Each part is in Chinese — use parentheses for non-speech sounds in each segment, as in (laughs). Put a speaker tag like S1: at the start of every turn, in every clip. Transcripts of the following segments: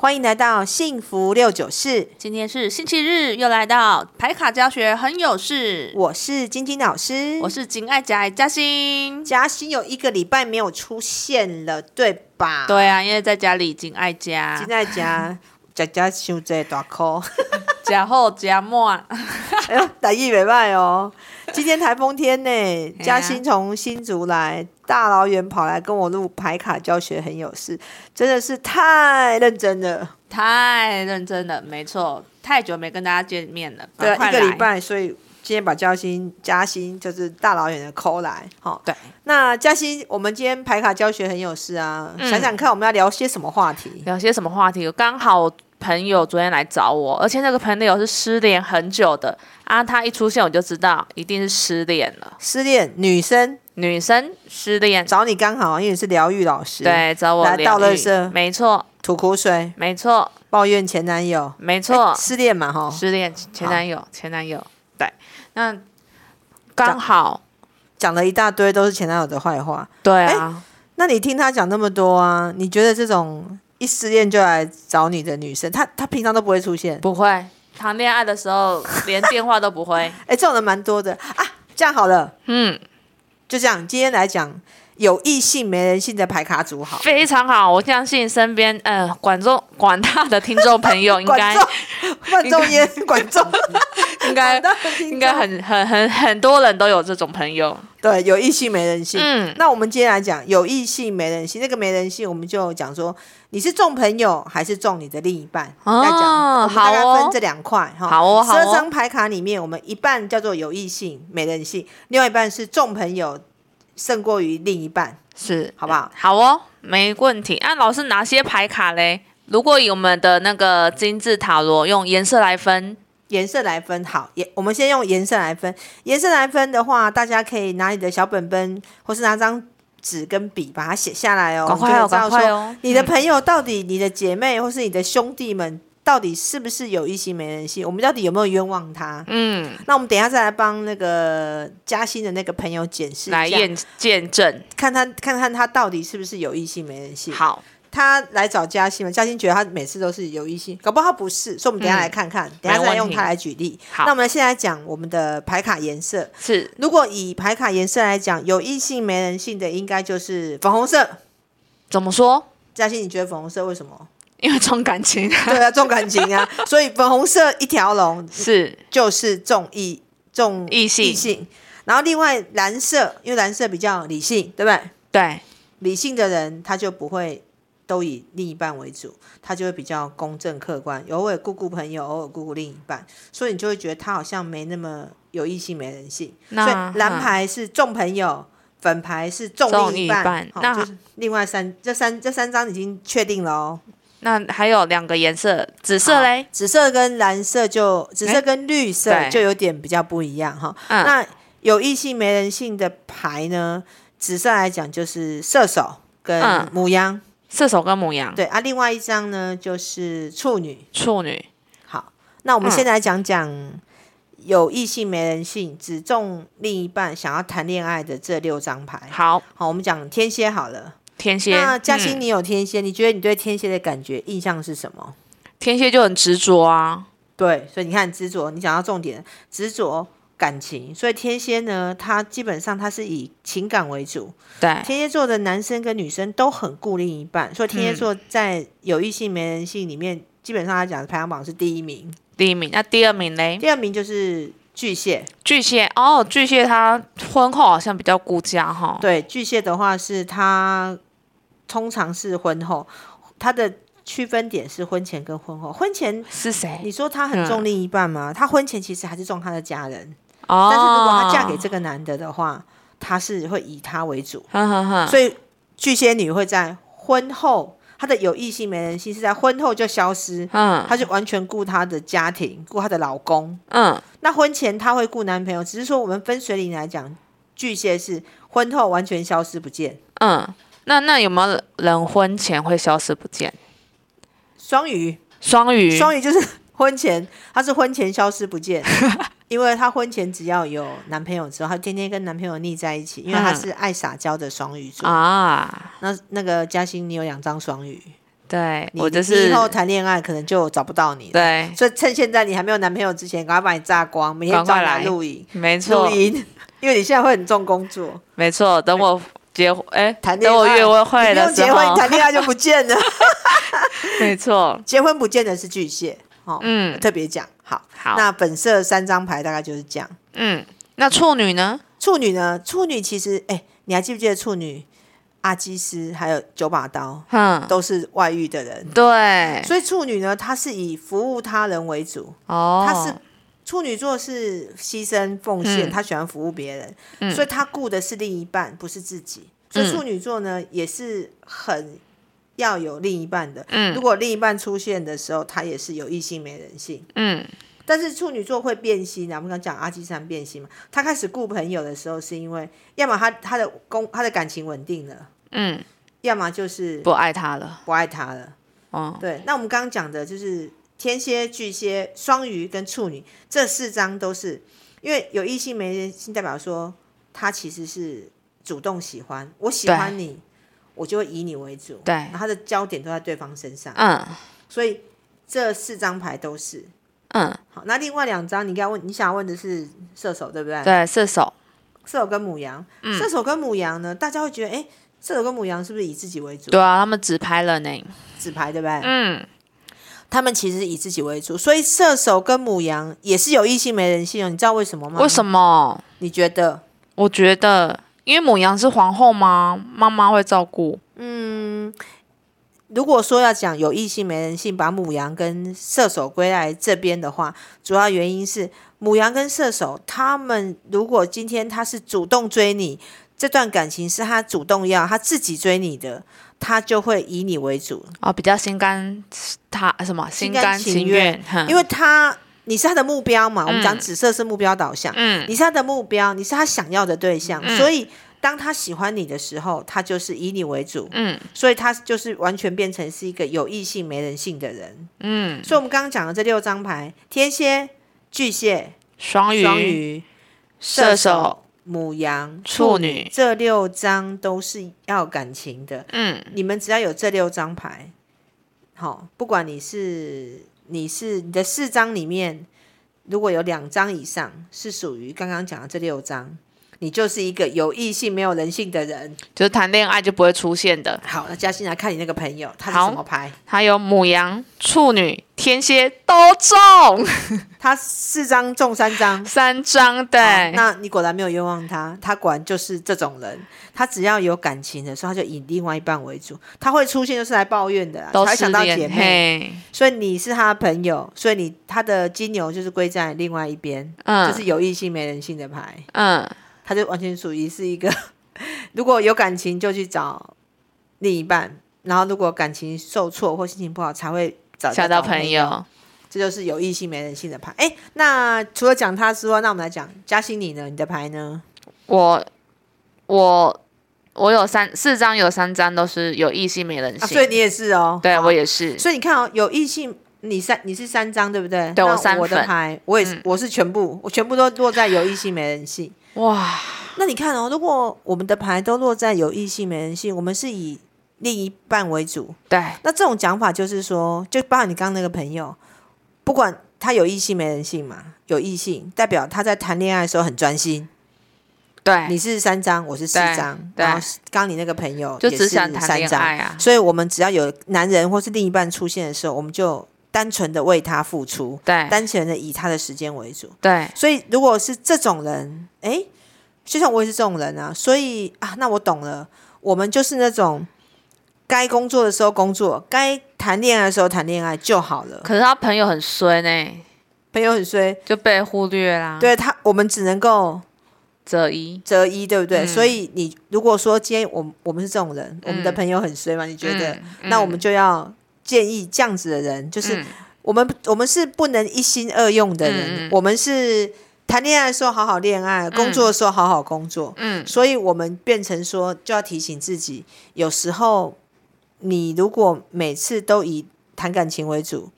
S1: 欢迎来到幸福六九四，
S2: 今天是星期日，又来到排卡教学很有事。
S1: 我是晶晶老师，
S2: 我是金爱家嘉欣。
S1: 嘉欣有一个礼拜没有出现了，对啊吧？，
S2: 对啊，因为在家里金爱家
S1: 现，在家 (laughs) 家家修这大口，
S2: 加后加
S1: (laughs)
S2: 末，啊
S1: 哎呦，打意没卖哦。今天台风天呢，
S2: 呀
S1: 嘉欣从新竹来，大老远跑来跟我录排卡教学很有事，真的是太认真了。
S2: (laughs) 太认真了，没错，太久没跟大家见面了，
S1: 对
S2: 赶
S1: 啊，
S2: 快
S1: 一个
S2: 来
S1: 礼，拜，所以今天把嘉欣嘉欣就是大老远的抠来，好、
S2: 对，
S1: 那嘉欣，我们今天排卡教学很有事啊，
S2: 嗯
S1: 想想看我们要聊些什么话题？
S2: 聊些什么话题？刚好我朋友昨天来找我，而且那个朋友是失恋很久的啊，他一出现我就知道一定是失恋了，
S1: 失恋女生
S2: 女生失恋，
S1: 找你刚好，因为你是疗愈老师，，
S2: 对，找我
S1: 来
S2: 疗
S1: 倒垃
S2: 愈
S1: 圾
S2: 没错，
S1: 吐苦水，
S2: 没错，
S1: 抱怨前男友，哎
S2: 没错，
S1: 失恋嘛哈，
S2: 失恋前男友，前男友，对，那刚好，
S1: 讲了一大堆都是前男友的坏话。
S2: 对啊，
S1: 那你听他讲那么多啊，你觉得这种一失恋就来找你的女生，她她平常都不会出现？
S2: 不会谈恋爱的时候连电话都
S1: (laughs)
S2: 不会，
S1: 哎，这种人蛮多的啊。这样好了，
S2: 嗯，
S1: 就这样，今天来讲有异性没人性的排卡组好。
S2: 非常好，我相信身边呃广众广大的听众
S1: (laughs)
S2: 朋友应该
S1: 管
S2: (laughs)
S1: 仲，万众烟，管仲。(laughs)
S2: 应该应该很很很很多人都有这种朋友，
S1: 对，有异性没人性。
S2: 嗯，
S1: 那我们今天来讲有异性没人性，那个没人性，我们就讲说你是重朋友还是重你的另一半。
S2: 哦
S1: 来讲，我们大概
S2: 好哦
S1: 分这两块哈。
S2: 好哦好哦
S1: 十二张牌卡里面，我们一半叫做有异性没人性，另外一半是重朋友胜过于另一半，
S2: 是
S1: 好不好？
S2: 好哦，没问题。啊，老师哪些牌卡嘞？如果以我们的那个精致塔罗用颜色来分，
S1: 颜色来分好，颜我们先用颜色来分。颜色来分的话，大家可以拿你的小本本，或是拿张纸跟笔把它写下来哦。
S2: 赶快哦
S1: 你就会知道
S2: 赶快
S1: 说
S2: 哦
S1: 你的朋友到底，你的姐妹或是你的兄弟们到底是不是有异性没人性？我们到底有没有冤枉他？
S2: 嗯，
S1: 那我们等一下再来帮那个嘉欣的那个朋友检视
S2: 来
S1: 一下，
S2: 验见证。
S1: 看他看看他到底是不是有异性没人性。
S2: 好，
S1: 他来找嘉欣嘛，嘉欣觉得他每次都是有异性，搞不好他不是，所以我们等一下来看看，等一下
S2: 嗯没
S1: 再
S2: 问
S1: 用
S2: 题
S1: 他来举例。
S2: 好
S1: 那我们现在讲我们的牌卡颜色。
S2: 是
S1: 如果以牌卡颜色来讲，有异性没人性的应该就是粉红色。
S2: 怎么说？
S1: 嘉欣，你觉得粉红色为什
S2: (laughs)
S1: 么？
S2: 因为重
S1: (laughs)
S2: 感情
S1: 对啊，重感情
S2: (laughs)
S1: 啊，所以粉红色一条龙
S2: 是
S1: 就是重异重
S2: 异性
S1: 异性。然后另外蓝色，因为蓝色比较理性，对不对？
S2: 对，
S1: 理性的人他就不会都以另一半为主，他就会比较公正客观，偶尔顾顾朋友，偶尔顾顾另一半，所以你就会觉得他好像没那么有异性没人性。所
S2: 那
S1: 以蓝牌是重朋友，粉牌是重
S2: 重
S1: 另一
S2: 一
S1: 半。
S2: 半
S1: 好
S2: 那
S1: 就是另外三这三这三张已经确定了哦。
S2: 那还有两个颜色，紫色嘞
S1: 好，紫色跟蓝色就紫色跟绿色
S2: 哎对
S1: 就有点比较不一样哈。
S2: 嗯
S1: 那有异性没人性的牌呢？紫色来讲就是射手跟
S2: 嗯
S1: 母羊。
S2: 射手跟母羊，
S1: 对啊，另外一张呢就是处女。
S2: 处女，
S1: 好，那我们
S2: 嗯
S1: 先来讲讲有异性没人性，只重另一半想要谈恋爱的这六张牌。
S2: 好，
S1: 好，我们讲天蝎好了。
S2: 天蝎。
S1: 那嘉欣，
S2: 嗯
S1: 你有天蝎，你觉得你对天蝎的感觉印象是什么？
S2: 天蝎就很执着啊，
S1: 对，所以你看执着，你讲到重点，执着感情。所以天蝎呢，他基本上他是以情感为主，
S2: 对，
S1: 天蝎座的男生跟女生都很顾另一半，所以天蝎座在有异性没人性里面，基本上来讲排行榜是第一名，
S2: 第一名。那第二名嘞？
S1: 第二名就是巨蟹。
S2: 巨蟹哦，巨蟹他婚后好像比较顾家哈，
S1: 对，巨蟹的话是他通常是婚后，他的区分点是婚前跟婚后。婚前
S2: 是谁？
S1: 你说他很重另一半吗？他婚前其实还是重他的家人，
S2: 哦，
S1: 但是如果她嫁给这个男的的话，她是会以他为主。
S2: 哼哼哼，
S1: 所以巨蟹女会在婚后，她的有异性没人性是在婚后就消失，
S2: 嗯
S1: 她就完全顾她的家庭，顾她的老公。
S2: 嗯，
S1: 那婚前她会顾男朋友，只是说我们分水岭来讲，巨蟹是婚后完全消失不见。
S2: 嗯，那那有没有人婚前会消失不见？
S1: 双鱼，
S2: 双鱼，
S1: 双鱼就是婚前，她是婚前消失不
S2: (laughs)
S1: 见。因为她婚前只要有男朋友之后，她天天跟男朋友腻在一起，因为她
S2: 嗯
S1: 是爱撒娇的双鱼座。
S2: 啊，
S1: 那那个嘉欣，你有两张双鱼，
S2: 对
S1: 你
S2: 我就
S1: 你
S2: 是
S1: 以后谈恋爱可能就找不到你了。
S2: 对，
S1: 所以趁现在你还没有男朋友之前，赶快把你榨光，每天
S2: 赶
S1: 找
S2: 快
S1: 你来
S2: 来
S1: 录影，
S2: 没错
S1: 录，音，因为你现在会很重工作。
S2: 没错。 (laughs) 等我结婚，哎，
S1: 谈恋
S2: 等我
S1: 爱
S2: 约过会
S1: 你不
S2: 的
S1: 用
S2: 时
S1: 结婚，
S2: 候
S1: 你，谈恋爱就不见了。 (laughs)
S2: 没错，
S1: 结婚不见得是巨蟹，哦，
S2: 嗯，
S1: 特别讲好。
S2: 好，
S1: 那本色三张牌大概就是这样。
S2: 嗯，那处女呢？
S1: 处女呢？处女其实，哎、你还记不记得处女阿基斯还有九把刀
S2: 哼，
S1: 都是外遇的人？
S2: 嗯对，
S1: 所以处女呢，她是以服务他人为主，
S2: 哦，
S1: 她是处女座是牺牲奉献，
S2: 嗯
S1: 她喜欢服务别人，
S2: 嗯
S1: 所以她顾的是另一半，不是自己。所以
S2: 嗯
S1: 处女座呢，也是很要有另一半的。如
S2: 嗯
S1: 果另一半出现的时候，她也是有异性没人性。
S2: 嗯
S1: 但是处女座会变心啊，我们刚讲阿基山变心嘛，他开始顾朋友的时候，是因为要么他他的公他的感情稳定了，
S2: 嗯，
S1: 要么就是
S2: 不爱他了，
S1: 不爱他了。
S2: 哦，
S1: 对，那我们刚刚讲的就是天蝎、巨蟹、双鱼跟处女这四张都是，因为有异性没人性，代表说他其实是主动喜欢，我喜欢你，我就会以你为主，
S2: 对
S1: 然后他的焦点都在对方身上，
S2: 嗯
S1: 所以这四张牌都是。
S2: 嗯，
S1: 好，那另外两张你刚问，你想问的是射手对不对？
S2: 对，嗯射手，
S1: 射手跟母羊，射手跟母羊呢，大家会觉得，哎，射手跟母羊是不是以自己为主？
S2: 对啊，他们只拍了呢，
S1: 纸牌对不对？
S2: 嗯，
S1: 他们其实以自己为主，所以射手跟母羊也是有异性没人性哦。你知道为什么吗？
S2: 为什
S1: 么？
S2: 么？
S1: 你觉得？
S2: 我觉得，因为母羊是皇后吗？妈妈会照顾，
S1: 如果说要讲有异性没人性，把母羊跟射手归来这边的话，主要原因是母羊跟射手，他们如果今天他是主动追你，这段感情是他主动要，他自己追你的，他就会以你为主，
S2: 哦，比较心甘他什么
S1: 心
S2: 心
S1: 甘
S2: 甘
S1: 情
S2: 情
S1: 愿
S2: 愿，哼
S1: 因为他你是他的目标嘛。我们讲
S2: 嗯
S1: 紫色是目标导向，
S2: 嗯
S1: 你是他的目标，你是他想要的对象，
S2: 嗯
S1: 所以当他喜欢你的时候，他就是以你为主，
S2: 嗯
S1: 所以他就是完全变成是一个有异性没人性的人。
S2: 嗯，
S1: 所以我们刚刚讲的这六张牌：天蝎、巨蟹、
S2: 双鱼、
S1: 双鱼、
S2: 射手，、
S1: 母羊、
S2: 处
S1: 处
S2: 女，
S1: 这六张都是要感情的。
S2: 嗯
S1: 你们只要有这六张牌，好、不管你是你是你的四张里面，如果有两张以上是属于刚刚讲的这六张，你就是一个有异性没有人性的人。
S2: 就是谈恋爱就不会出现的。
S1: 好，那嘉欣来看你那个朋友，他是
S2: 好
S1: 什么牌？
S2: 还有母羊、处女、天蝎都中
S1: (laughs) 他四张中三张。
S2: 三张，
S1: 好
S2: 对，
S1: 那你果然没有冤枉他，他果然就是这种人。他只要有感情的时候，他就以另外一半为主。他会出现就是来抱怨的啦，
S2: 都
S1: 才会
S2: 失
S1: 想到姐
S2: 恋，
S1: 妹。
S2: 嘿，
S1: 所以你是他的朋友，所以你他的金牛就是归在另外一边，
S2: 嗯，
S1: 就是有异性没人性的牌，
S2: 嗯，
S1: 他就完全属于是一个， (laughs) 如果有感情就去找另一半，然后如果感情受挫或心情不好才会找
S2: 交
S1: 到
S2: 到朋
S1: 友，
S2: 友。
S1: 这就是有异性没人性的牌。哎，那除了讲他之外，那我们来讲嘉欣你呢？你的牌呢？
S2: 我我我有三四张，有三张都是有异性没人性，
S1: 啊，所以你也是哦，
S2: 对
S1: 好
S2: 我也是，
S1: 所以你看哦，有异性，你三你是三张对不对？
S2: 对
S1: 那
S2: 我三
S1: 我的
S2: 份嗯
S1: 牌，我也是、我是全部，我全部都落在有异性没人性。
S2: 哇，
S1: 那你看哦，如果我们的牌都落在有异性没人性，我们是以另一半为主，
S2: 对，
S1: 那这种讲法就是说，就包含你刚刚那个朋友，不管他有异性没人性嘛，有异性代表他在谈恋爱的时候很专心。
S2: 对，
S1: 你是三张，我是四
S2: 对
S1: 张，
S2: 对
S1: 然后刚刚你那个朋友
S2: 就
S1: 也
S2: 只
S1: 是
S2: 想谈
S1: 三
S2: 恋
S1: 张
S2: 爱啊
S1: 所以我们只要有男人或是另一半出现的时候，我们就单纯的为他付出，
S2: 对
S1: 单纯的以他的时间为主。
S2: 对，
S1: 所以如果是这种人，诶，就像我也是这种人啊，所以啊，那我懂了，我们就是那种该工作的时候工作，该谈恋爱的时候谈恋爱就好了。
S2: 可是他朋友很衰呢，
S1: 朋友很衰，
S2: 就被忽略啦，，
S1: 对他，我们只能够
S2: 择一，
S1: 择一，对不对？
S2: 嗯
S1: 所以你如果说今天我们我们是这种人，我们的
S2: 嗯
S1: 朋友很衰嘛，你觉得？
S2: 嗯
S1: 那我们
S2: 嗯
S1: 就要建议这样子的人，就是
S2: 嗯
S1: 我们我们是不能一心二用的人，
S2: 嗯嗯
S1: 我们是谈恋爱的时候好好恋爱，工作的时候好好工作，
S2: 嗯
S1: 所以我们变成说就要提醒自己，有时候你如果每次都以谈感情为主，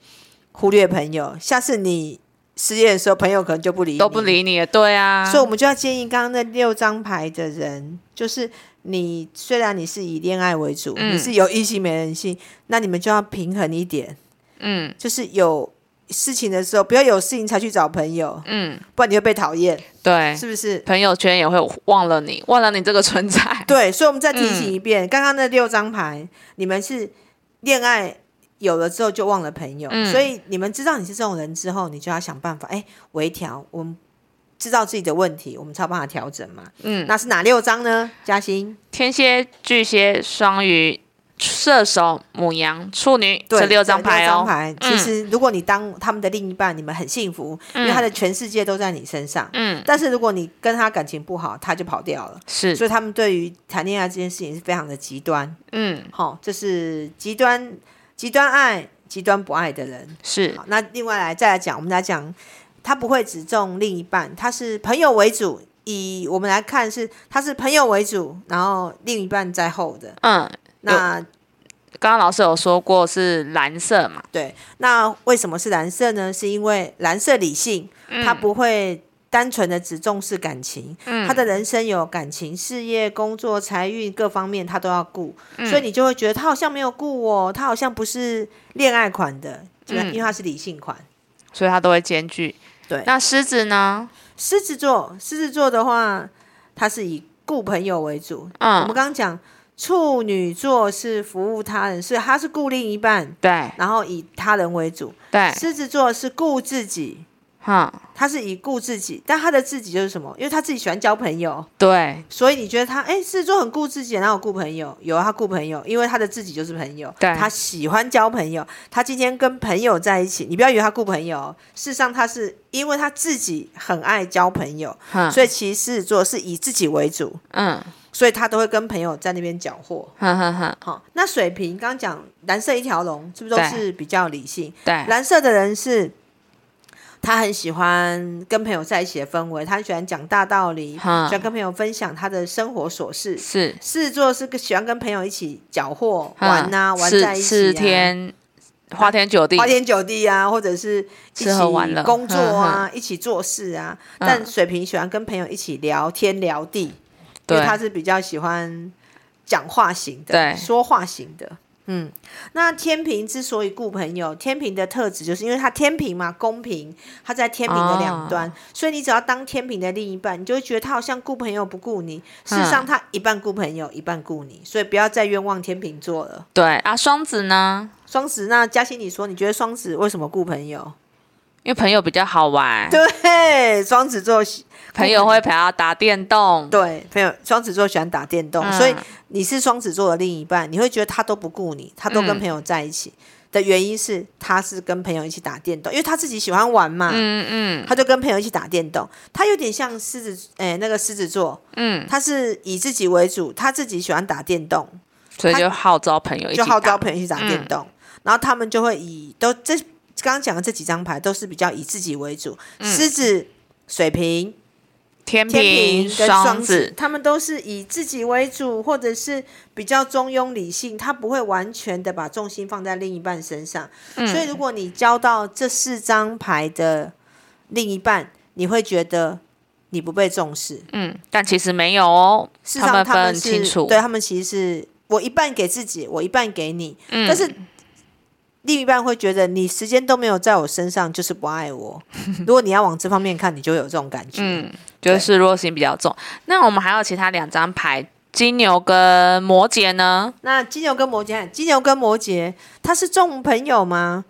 S1: 忽略朋友，下次你失恋的时候，朋友可能就不理你，
S2: 都不理你了，对啊，
S1: 所以我们就要建议刚刚那六张牌的人，就是你虽然你是以恋爱为主，
S2: 嗯
S1: 你是有异性没人性，那你们就要平衡一点，
S2: 嗯
S1: 就是有事情的时候，不要有事情才去找朋友，
S2: 嗯，
S1: 不然你会被讨厌，
S2: 对，
S1: 是不是？
S2: 朋友圈也会忘了你，忘了你这个存在。
S1: 对，所以我们再提醒一
S2: 嗯
S1: 遍，刚刚那六张牌，你们是恋爱有了之后就忘了朋友，
S2: 嗯
S1: 所以你们知道你是这种人之后，你就要想办法，哎，微调，我们知道自己的问题，我们才有办法调整嘛。
S2: 嗯，
S1: 那是哪六张呢？嘉欣，
S2: 天蝎、巨蟹、双鱼、射手、母羊、处女，
S1: 对，
S2: 这六张牌
S1: 六张
S2: 哦。
S1: 牌，
S2: 嗯
S1: 其实如果你当他们的另一半，你们很幸福，因为他的全世界都在你身上。
S2: 嗯，
S1: 但是如果你跟他感情不好，他就跑掉了。
S2: 是，
S1: 所以他们对于谈恋爱这件事情是非常的极端，
S2: 嗯，
S1: 好、这是极端极端爱、极端不爱的人。
S2: 是，
S1: 好，那另外来再来讲，我们来讲，他不会只重另一半，他是朋友为主。以我们来看是，他是朋友为主，然后另一半在后的。
S2: 嗯，
S1: 那
S2: 刚刚老师有说过是蓝色嘛？
S1: 对，那为什么是蓝色呢？是因为蓝色理性，
S2: 嗯
S1: 他不会单纯的只重视感情，他的人生有感情、事业、工作、财运各方面他都要顾，所以你就会觉得他好像没有顾我，他好像不是恋爱款的，就因为他是理性款。
S2: 所以它都会兼具。
S1: 对
S2: 那狮子呢？
S1: 狮子座，狮子座的话，他是以顾朋友为主。我们
S2: 嗯，
S1: 刚刚讲处女座是服务他人，所以他是顾另一半，
S2: 对
S1: 然后以他人为主。
S2: 对，
S1: 狮子座是顾自己。
S2: 哼，
S1: 他是以顾自己，但他的自己就是什么？因为他自己喜欢交朋友，
S2: 对
S1: 所以你觉得他哎，狮子座很顾自己，哪有顾朋友？有啊他顾朋友，因为他的自己就是朋友，
S2: 对
S1: 他喜欢交朋友。他今天跟朋友在一起，你不要以为他顾朋友哦，事实上他是因为他自己很爱交朋友，
S2: 哼，
S1: 所以其实狮子座是以自己为主，
S2: 嗯，
S1: 所以他都会跟朋友在那边搅和。
S2: 哼哼哼，
S1: 好、那水瓶刚刚讲蓝色一条龙，是不是都
S2: 对
S1: 是比较理性？
S2: 对，
S1: 蓝色的人是，他很喜欢跟朋友在一起的氛围，他很喜欢讲大道理，喜
S2: 哈
S1: 欢跟朋友分享他的生活琐事。
S2: 是
S1: 狮子座是个喜欢跟朋友一起搅和、
S2: 哼
S1: 玩呐、玩在一
S2: 是是
S1: 起、啊。
S2: 天花天酒地
S1: 花，天酒地啊，或者是一
S2: 吃喝玩
S1: 起
S2: 乐
S1: 工作
S2: (laughs)
S1: 啊，一起做事啊。
S2: 嗯
S1: 但水瓶喜欢跟朋友一起聊天聊地，因为
S2: 对
S1: 他是比较喜欢讲话型的，
S2: 对
S1: 说话型的。嗯，那天平之所以顾朋友，天平的特质就是因为他天平嘛，公平，他在天平的两端，
S2: 啊
S1: 所以你只要当天平的另一半，你就会觉得他好像顾朋友不顾你，事实
S2: 啊
S1: 上他一半顾朋友，一半顾你，所以不要再冤枉天平座了。
S2: 对啊，双子呢？
S1: 双子，那嘉欣你说，你觉得双子为什么顾朋友？
S2: 因为朋友比较好玩，
S1: 对，双子座喜
S2: 嗯朋友会陪他打电动，
S1: 对朋友，双子座喜欢打电动，
S2: 嗯
S1: 所以你是双子座的另一半，你会觉得他都不顾你，他都跟
S2: 嗯
S1: 朋友在一起、的原因是他是跟朋友一起打电动，因为他自己喜欢玩嘛，
S2: 嗯嗯
S1: 他就跟朋友一起打电动。他有点像狮子，哎、那个狮子座，
S2: 嗯，
S1: 他是以自己为主，他自己喜欢打电动，
S2: 所以就号召朋友一起
S1: 就
S2: 打，嗯
S1: 号召朋友一起打电动，然后他们就会以都这刚刚讲的这几张牌都是比较以自己为主，狮子、水瓶、
S2: 嗯天
S1: 天平
S2: 平、
S1: 跟双
S2: 双
S1: 子
S2: 子，，
S1: 他们都是以自己为主，或者是比较中庸理性，他不会完全的把重心放在另一半身上。
S2: 嗯
S1: 所以，如果你交到这四张牌的另一半，你会觉得你不被重视。
S2: 嗯，但其实没有哦，
S1: 事实
S2: 他
S1: 上，
S2: 们
S1: 他
S2: 分
S1: 们
S2: 很
S1: 是
S2: 清楚，
S1: 对他们其实是我一半给自己，我一半给你，
S2: 嗯
S1: 但是。另一半会觉得你时间都没有在我身上，就是不爱我。 (laughs) 如果你要往这方面看，你就会有这种感觉。
S2: 嗯，就是弱心比较重。那我们还有其他两张牌，金牛跟摩羯呢？
S1: 那金牛跟摩羯，金牛跟摩羯，他是重朋友吗？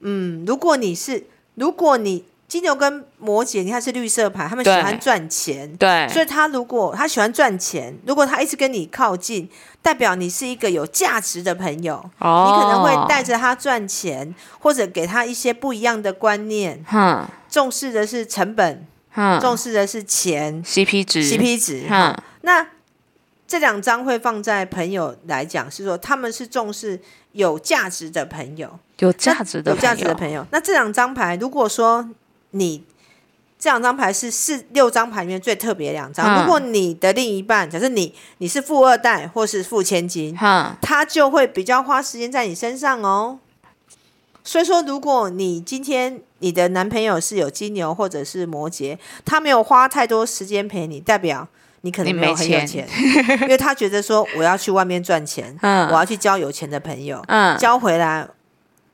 S1: 嗯，如果你是，如果你金牛跟摩羯，你看是绿色牌，他们喜
S2: 对
S1: 欢赚钱，
S2: 对，
S1: 所以他如果他喜欢赚钱，如果他一直跟你靠近，代表你是一个有价值的朋友，
S2: 哦
S1: 你可能会带着他赚钱，或者给他一些不一样的观念，
S2: 哼
S1: 重视的是成本，
S2: 哼
S1: 重视的是钱
S2: CP 值
S1: ，CP 值，
S2: 哼
S1: 那这两张会放在朋友来讲，是说他们是重视有价值的朋友，
S2: 有价值的
S1: 有价值的
S2: 友，
S1: 朋友。那这两张牌，如果说你这两张牌是四六张牌里面最特别的两张，
S2: 嗯
S1: 如果你的另一半，假设你你是富二代或是富千金，
S2: 哼
S1: 他就会比较花时间在你身上哦。所以说，如果你今天你的男朋友是有金牛或者是摩羯，他没有花太多时间陪你，代表你可
S2: 你
S1: 能没
S2: 没
S1: 有很有
S2: 钱
S1: 钱，因为他觉得说我要去外面赚钱，
S2: (laughs) 嗯
S1: 我要去交有钱的朋友，
S2: 嗯，
S1: 交回来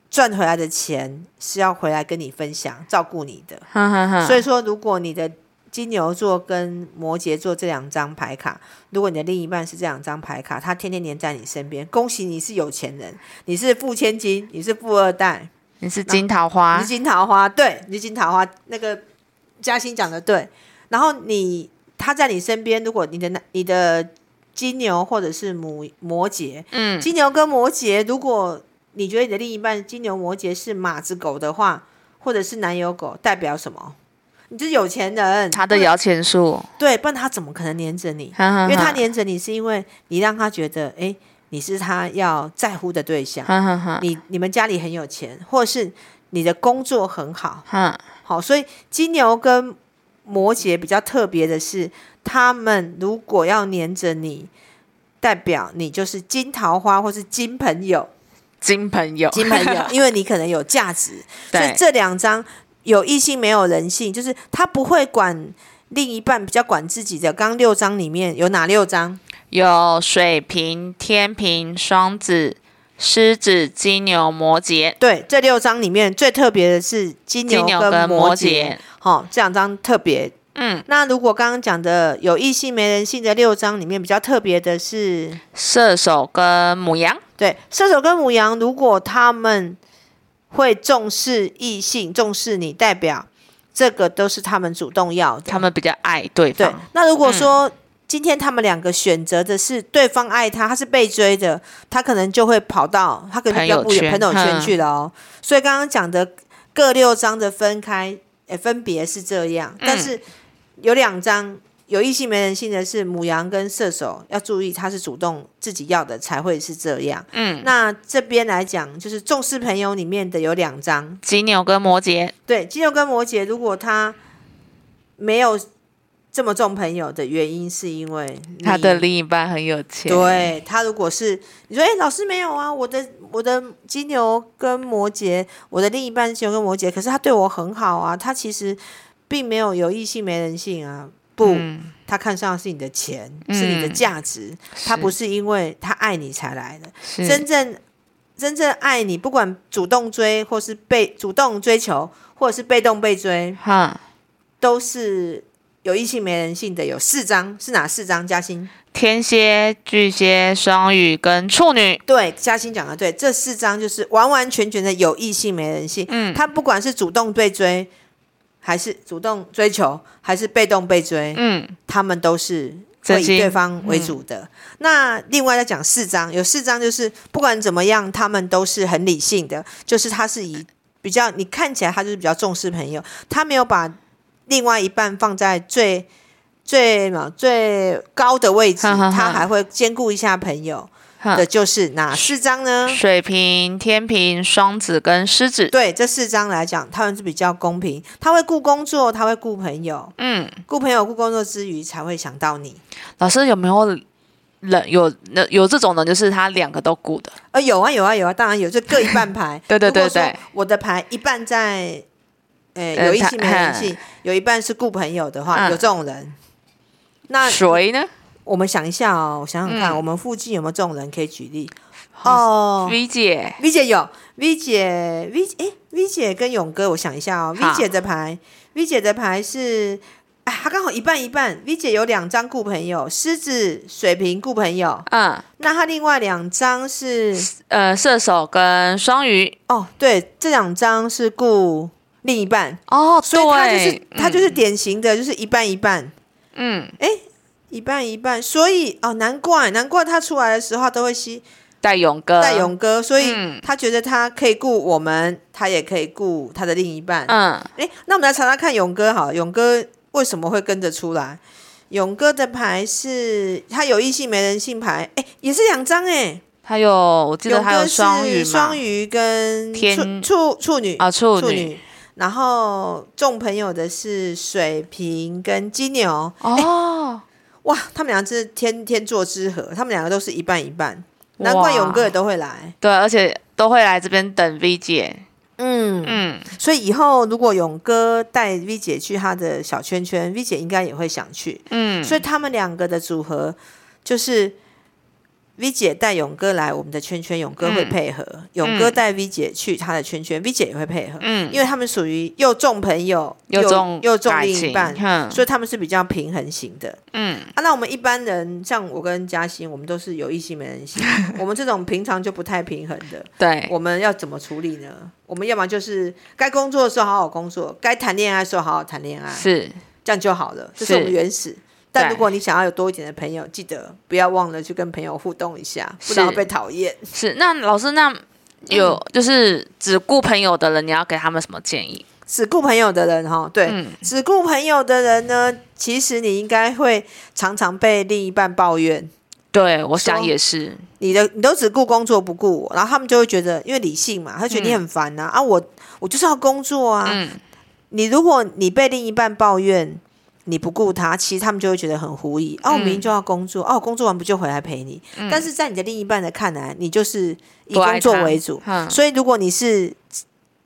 S1: 赚回来的钱是要回来跟你分享、照顾你的。
S2: 哼哼哼，
S1: 所以说，如果你的金牛座跟摩羯座这两张牌卡，如果你的另一半是这两张牌卡，他天天黏在你身边，恭喜你是有钱人，你是富千金，你是富二代，
S2: 你是金桃花
S1: 你是，金桃花，对，你是金桃花。那个嘉欣讲的对，然后你他在你身边，如果你的那你的金牛或者是母摩羯，
S2: 嗯，
S1: 金牛跟摩羯，如果你觉得你的另一半金牛摩羯是马子狗的话，或者是男友狗，代表什么？你是有钱人，
S2: 他的摇钱树，
S1: 对，不然他怎么可能黏着你？
S2: 哼哼
S1: 因为他
S2: 哼
S1: 黏着你，是因为你让他觉得，哎，你是他要在乎的对象。
S2: 哼哼哼
S1: 你你们家里很有钱，或是你的工作很好，
S2: 哼，
S1: 好，所以金牛跟摩羯比较特别的是，他们如果要黏着你，代表你就是金桃花或是金朋友，
S2: 金朋友，
S1: 金
S2: (laughs)
S1: 朋友，因为你可能有价值，所以
S2: 对，
S1: 这两张有异性没有人性，就是他不会管。另一半比较管自己的，刚刚六张里面有哪六张？
S2: 有水瓶、天平、双子、狮子、金牛、摩羯、
S1: 对，这六张里面最特别的是金牛
S2: 金牛跟
S1: 摩
S2: 摩
S1: 羯
S2: 羯，，
S1: 好、这两张特别。
S2: 嗯，
S1: 那如果刚刚讲的有异性没人性的六张里面比较特别的是，
S2: 射手跟母羊，
S1: 对，射手跟母羊，如果他们会重视异性，重视你，代表这个都是他们主动要的。
S2: 他们比较爱对
S1: 对嗯
S2: 方，，
S1: 那如果说、今天他们两个选择的是对方爱他，他是被追的，他可能就会跑到他可能就比较不
S2: 朋友圈
S1: 朋友圈
S2: 嗯
S1: 去了哦。所以刚刚讲的各六张的分开，诶，分别是这样，但是有两张。有异性没人性的是母羊跟射手，要注意他是主动自己要的才会是这样。
S2: 嗯，
S1: 那这边来讲，就是重视朋友里面的有两张，
S2: 金牛跟摩羯，
S1: 对，金牛跟摩羯，如果他没有这么重朋友的原因，是因为你
S2: 他的另一半很有钱，，
S1: 对他如果是你说，哎、老师没有啊，我的我的金牛跟摩羯，我的另一半是金牛跟摩羯，可是他对我很好啊，他其实并没有有异性没人性啊，不，
S2: 嗯，
S1: 他看上的是你的钱，是你的
S2: 嗯
S1: 价值，他不
S2: 是
S1: 是因为他爱你才来的，
S2: 是
S1: 真正真正爱你，不管主动追或是被主动追求，或者是被动被追，
S2: 哈。
S1: 都是有异性没人性的。有四张是哪四张？嘉欣
S2: 天蝎、巨蟹、双鱼跟处女，
S1: 对，嘉欣讲的对，这四张就是完完全全的有异性没人性。
S2: 嗯，
S1: 他不管是主动被追，还是主动追求，还是被动被追，
S2: 嗯，
S1: 他们都是会
S2: 真
S1: 以
S2: 心嗯
S1: 对方为主的。那另外再讲四张，有四张就是不管怎么样，他们都是很理性的，就是他是以比较你看起来他就是比较重视朋友，他没有把另外一半放在最最嘛最高的位置，
S2: 哈哈哈啊
S1: 他还会兼顾一下朋友
S2: 哈
S1: 的，就是哪四张呢？
S2: 水瓶、天平、双子跟狮子，
S1: 对这四张来讲，他们是比较公平，他会顾工作，他会顾朋友，
S2: 嗯，
S1: 顾朋友顾工作之余才会想到你。
S2: 老师有没有人有那有这种人，就是他两个都顾的，。
S1: 呃，有啊，有啊，有啊，当然有，就各一半牌
S2: (laughs) 对对
S1: 如果
S2: 对
S1: 说
S2: 对
S1: 我的牌一半在，呃，
S2: 呃
S1: 有异
S2: 他
S1: 性没人
S2: 嗯
S1: 性，有一半是顾朋友的话，
S2: 嗯
S1: 有这种人。那
S2: 谁呢
S1: 我们想一下哦，我想想看，
S2: 嗯
S1: 我们附近有没有这种人可以举例？哦
S2: ？V 姐，
S1: ，V 姐有，V 姐，V 哎，V 姐跟勇哥，我想一下哦，V
S2: 好
S1: 姐的牌，V 姐的牌是。哎，她刚好一半一半。V 姐有两张顾朋友，狮子、水瓶顾朋友。
S2: 嗯，
S1: 那她另外两张是
S2: 呃，射手跟双鱼，
S1: 哦，对，这两张是顾另一半，
S2: 哦，
S1: 所以他就是
S2: 对
S1: 他就是典型的，就是一半一半，
S2: 嗯，嗯
S1: 一半一半。所以哦，难怪难怪他出来的时候他都会吸
S2: 戴勇哥，
S1: 带，勇哥，所以
S2: 呃嗯
S1: 他觉得他可以顾我们，他也可以顾他的另一半。
S2: 嗯，
S1: 哎，那我们来查查看勇哥好了，勇哥为什么会跟着出来？勇哥的牌是他有异性没人性牌，哎，也是两张哎。
S2: 他有，我记得
S1: 勇
S2: 还
S1: 哥
S2: 有
S1: 是
S2: 双鱼嘛，
S1: 双鱼跟
S2: 天
S1: 处处处女
S2: 啊，处
S1: 处
S2: 女，
S1: 女。然后众朋友的是水瓶跟金牛，
S2: 哦，
S1: 哇，他们俩真是天天作之合，他们两个都是一半一半，难怪
S2: 哇
S1: 勇哥也都会来，
S2: 对，而且都会来这边等 V 姐，
S1: 嗯，
S2: 嗯，
S1: 所以以后如果勇哥带 V 姐去他的小圈圈，V 姐应该也会想去。
S2: 嗯，
S1: 所以他们两个的组合就是 V 姐带勇哥来我们的圈圈，勇哥
S2: 嗯
S1: 会配合；勇哥带 V 姐去他的圈圈，V 姐也会配合。
S2: 嗯，
S1: 因为他们属于又重朋友
S2: 又重
S1: 又重
S2: 感
S1: 另一
S2: 情
S1: 半，
S2: 哼
S1: 所以他们是比较平衡型的。
S2: 嗯，
S1: 啊，那我们一般人像我跟嘉欣，我们都是有异性没人
S2: (laughs)
S1: 性，我们这种平常就不太平衡的，
S2: 对，
S1: 我们要怎么处理呢？我们要么就是该工作的时候好好工作，该谈恋爱的时候好好谈恋爱，
S2: 是
S1: 这样就好了，这是我们
S2: 是
S1: 原始。但
S2: 对
S1: 如果你想要有多一点的朋友，记得不要忘了去跟朋友互动一下，不然
S2: 是
S1: 会被讨厌。
S2: 是。那老师，那有、
S1: 嗯
S2: 就是只顾朋友的人，你要给他们什么建议？
S1: 只顾朋友的人哈，对，
S2: 嗯
S1: 只顾朋友的人呢，其实你应该会常常被另一半抱怨，
S2: 对，我想
S1: 说
S2: 也是，
S1: 你的你都只顾工作不顾我，然后他们就会觉得，因为理性嘛，他觉得你很烦呐、啊，我我就是要工作啊。
S2: 嗯，
S1: 你如果你被另一半抱怨，你不顾他，其实他们就会觉得很狐疑。哦，
S2: 嗯
S1: 我明明就要工作，哦，我工作完不就回来陪你？但是在你的另一半的看来，你就是以
S2: 不爱
S1: 工作
S2: 他
S1: 为主，
S2: 嗯，
S1: 所以如果你是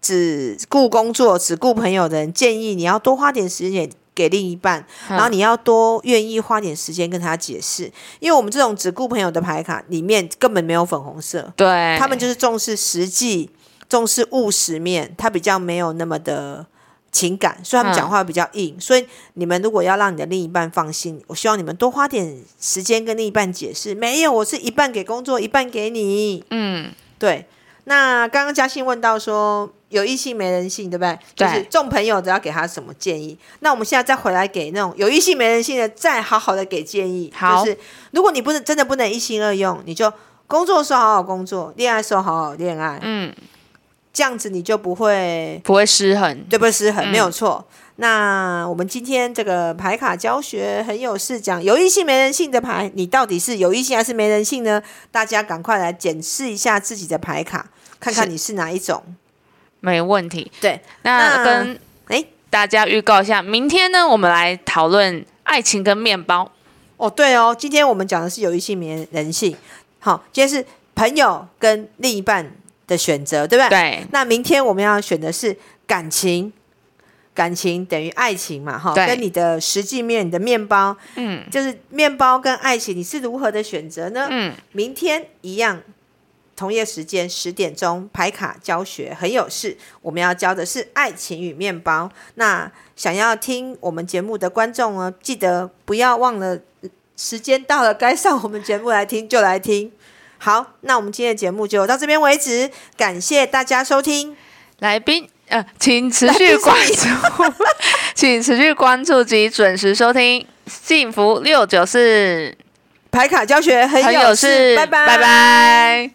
S1: 只顾工作、只顾朋友的人，建议你要多花点时间给另一半，
S2: 嗯
S1: 然后你要多愿意花点时间跟他解释，因为我们这种只顾朋友的牌卡里面根本没有粉红色，
S2: 对，
S1: 他们就是重视实际、重视务实面，他比较没有那么的。情感，所以他们
S2: 嗯
S1: 讲话比较硬，所以你们如果要让你的另一半放心，我希望你们多花点时间跟另一半解释，没有，我是一半给工作，一半给你，
S2: 嗯，
S1: 对，那刚刚嘉欣问到说有异性没人性，对不对？
S2: 对
S1: 就是重朋友的要给他什么建议？那我们现在再回来给那种有异性没人性的，再好好的给建议。
S2: 好
S1: 就是如果你不能真的不能一心二用，你就工作的时候好好工作，恋爱的时候好好恋爱，
S2: 嗯，
S1: 这样子你就不会
S2: 不会失衡。
S1: 对不失衡，没有错。那我们今天这个牌卡教学很有事讲，有异性没人性的牌，你到底是有异性还是没人性呢？大家赶快来检视一下自己的牌卡，看看
S2: 是
S1: 你是哪一种。
S2: 没问题。
S1: 对，
S2: 那
S1: 那
S2: 跟
S1: 诶
S2: 大家预告一下，明天呢，我们来讨论爱情跟面包。
S1: 哦，对哦，今天我们讲的是有异性没人性。好，今天是朋友跟另一半的选择，对不对？
S2: 对，
S1: 那明天我们要选的是感情，感情等于爱情嘛，哈，
S2: 对
S1: 跟你的实际面、你的面包，
S2: 嗯
S1: 就是面包跟爱情，你是如何的选择呢？
S2: 嗯，
S1: 明天一样，同业时间十点钟排卡教学很有事。我们要教的是爱情与面包。那想要听我们节目的观众呢，记得不要忘了，呃时间到了该上我们节目来听就来听。好，那我们今天的节目就到这边为止，感谢大家收听。
S2: 来宾呃，请持续关注， (laughs) 请持续关注及准时收听幸福六九四，
S1: 排卡教学很
S2: 很有
S1: 有事，
S2: 事，
S1: 拜拜
S2: 拜拜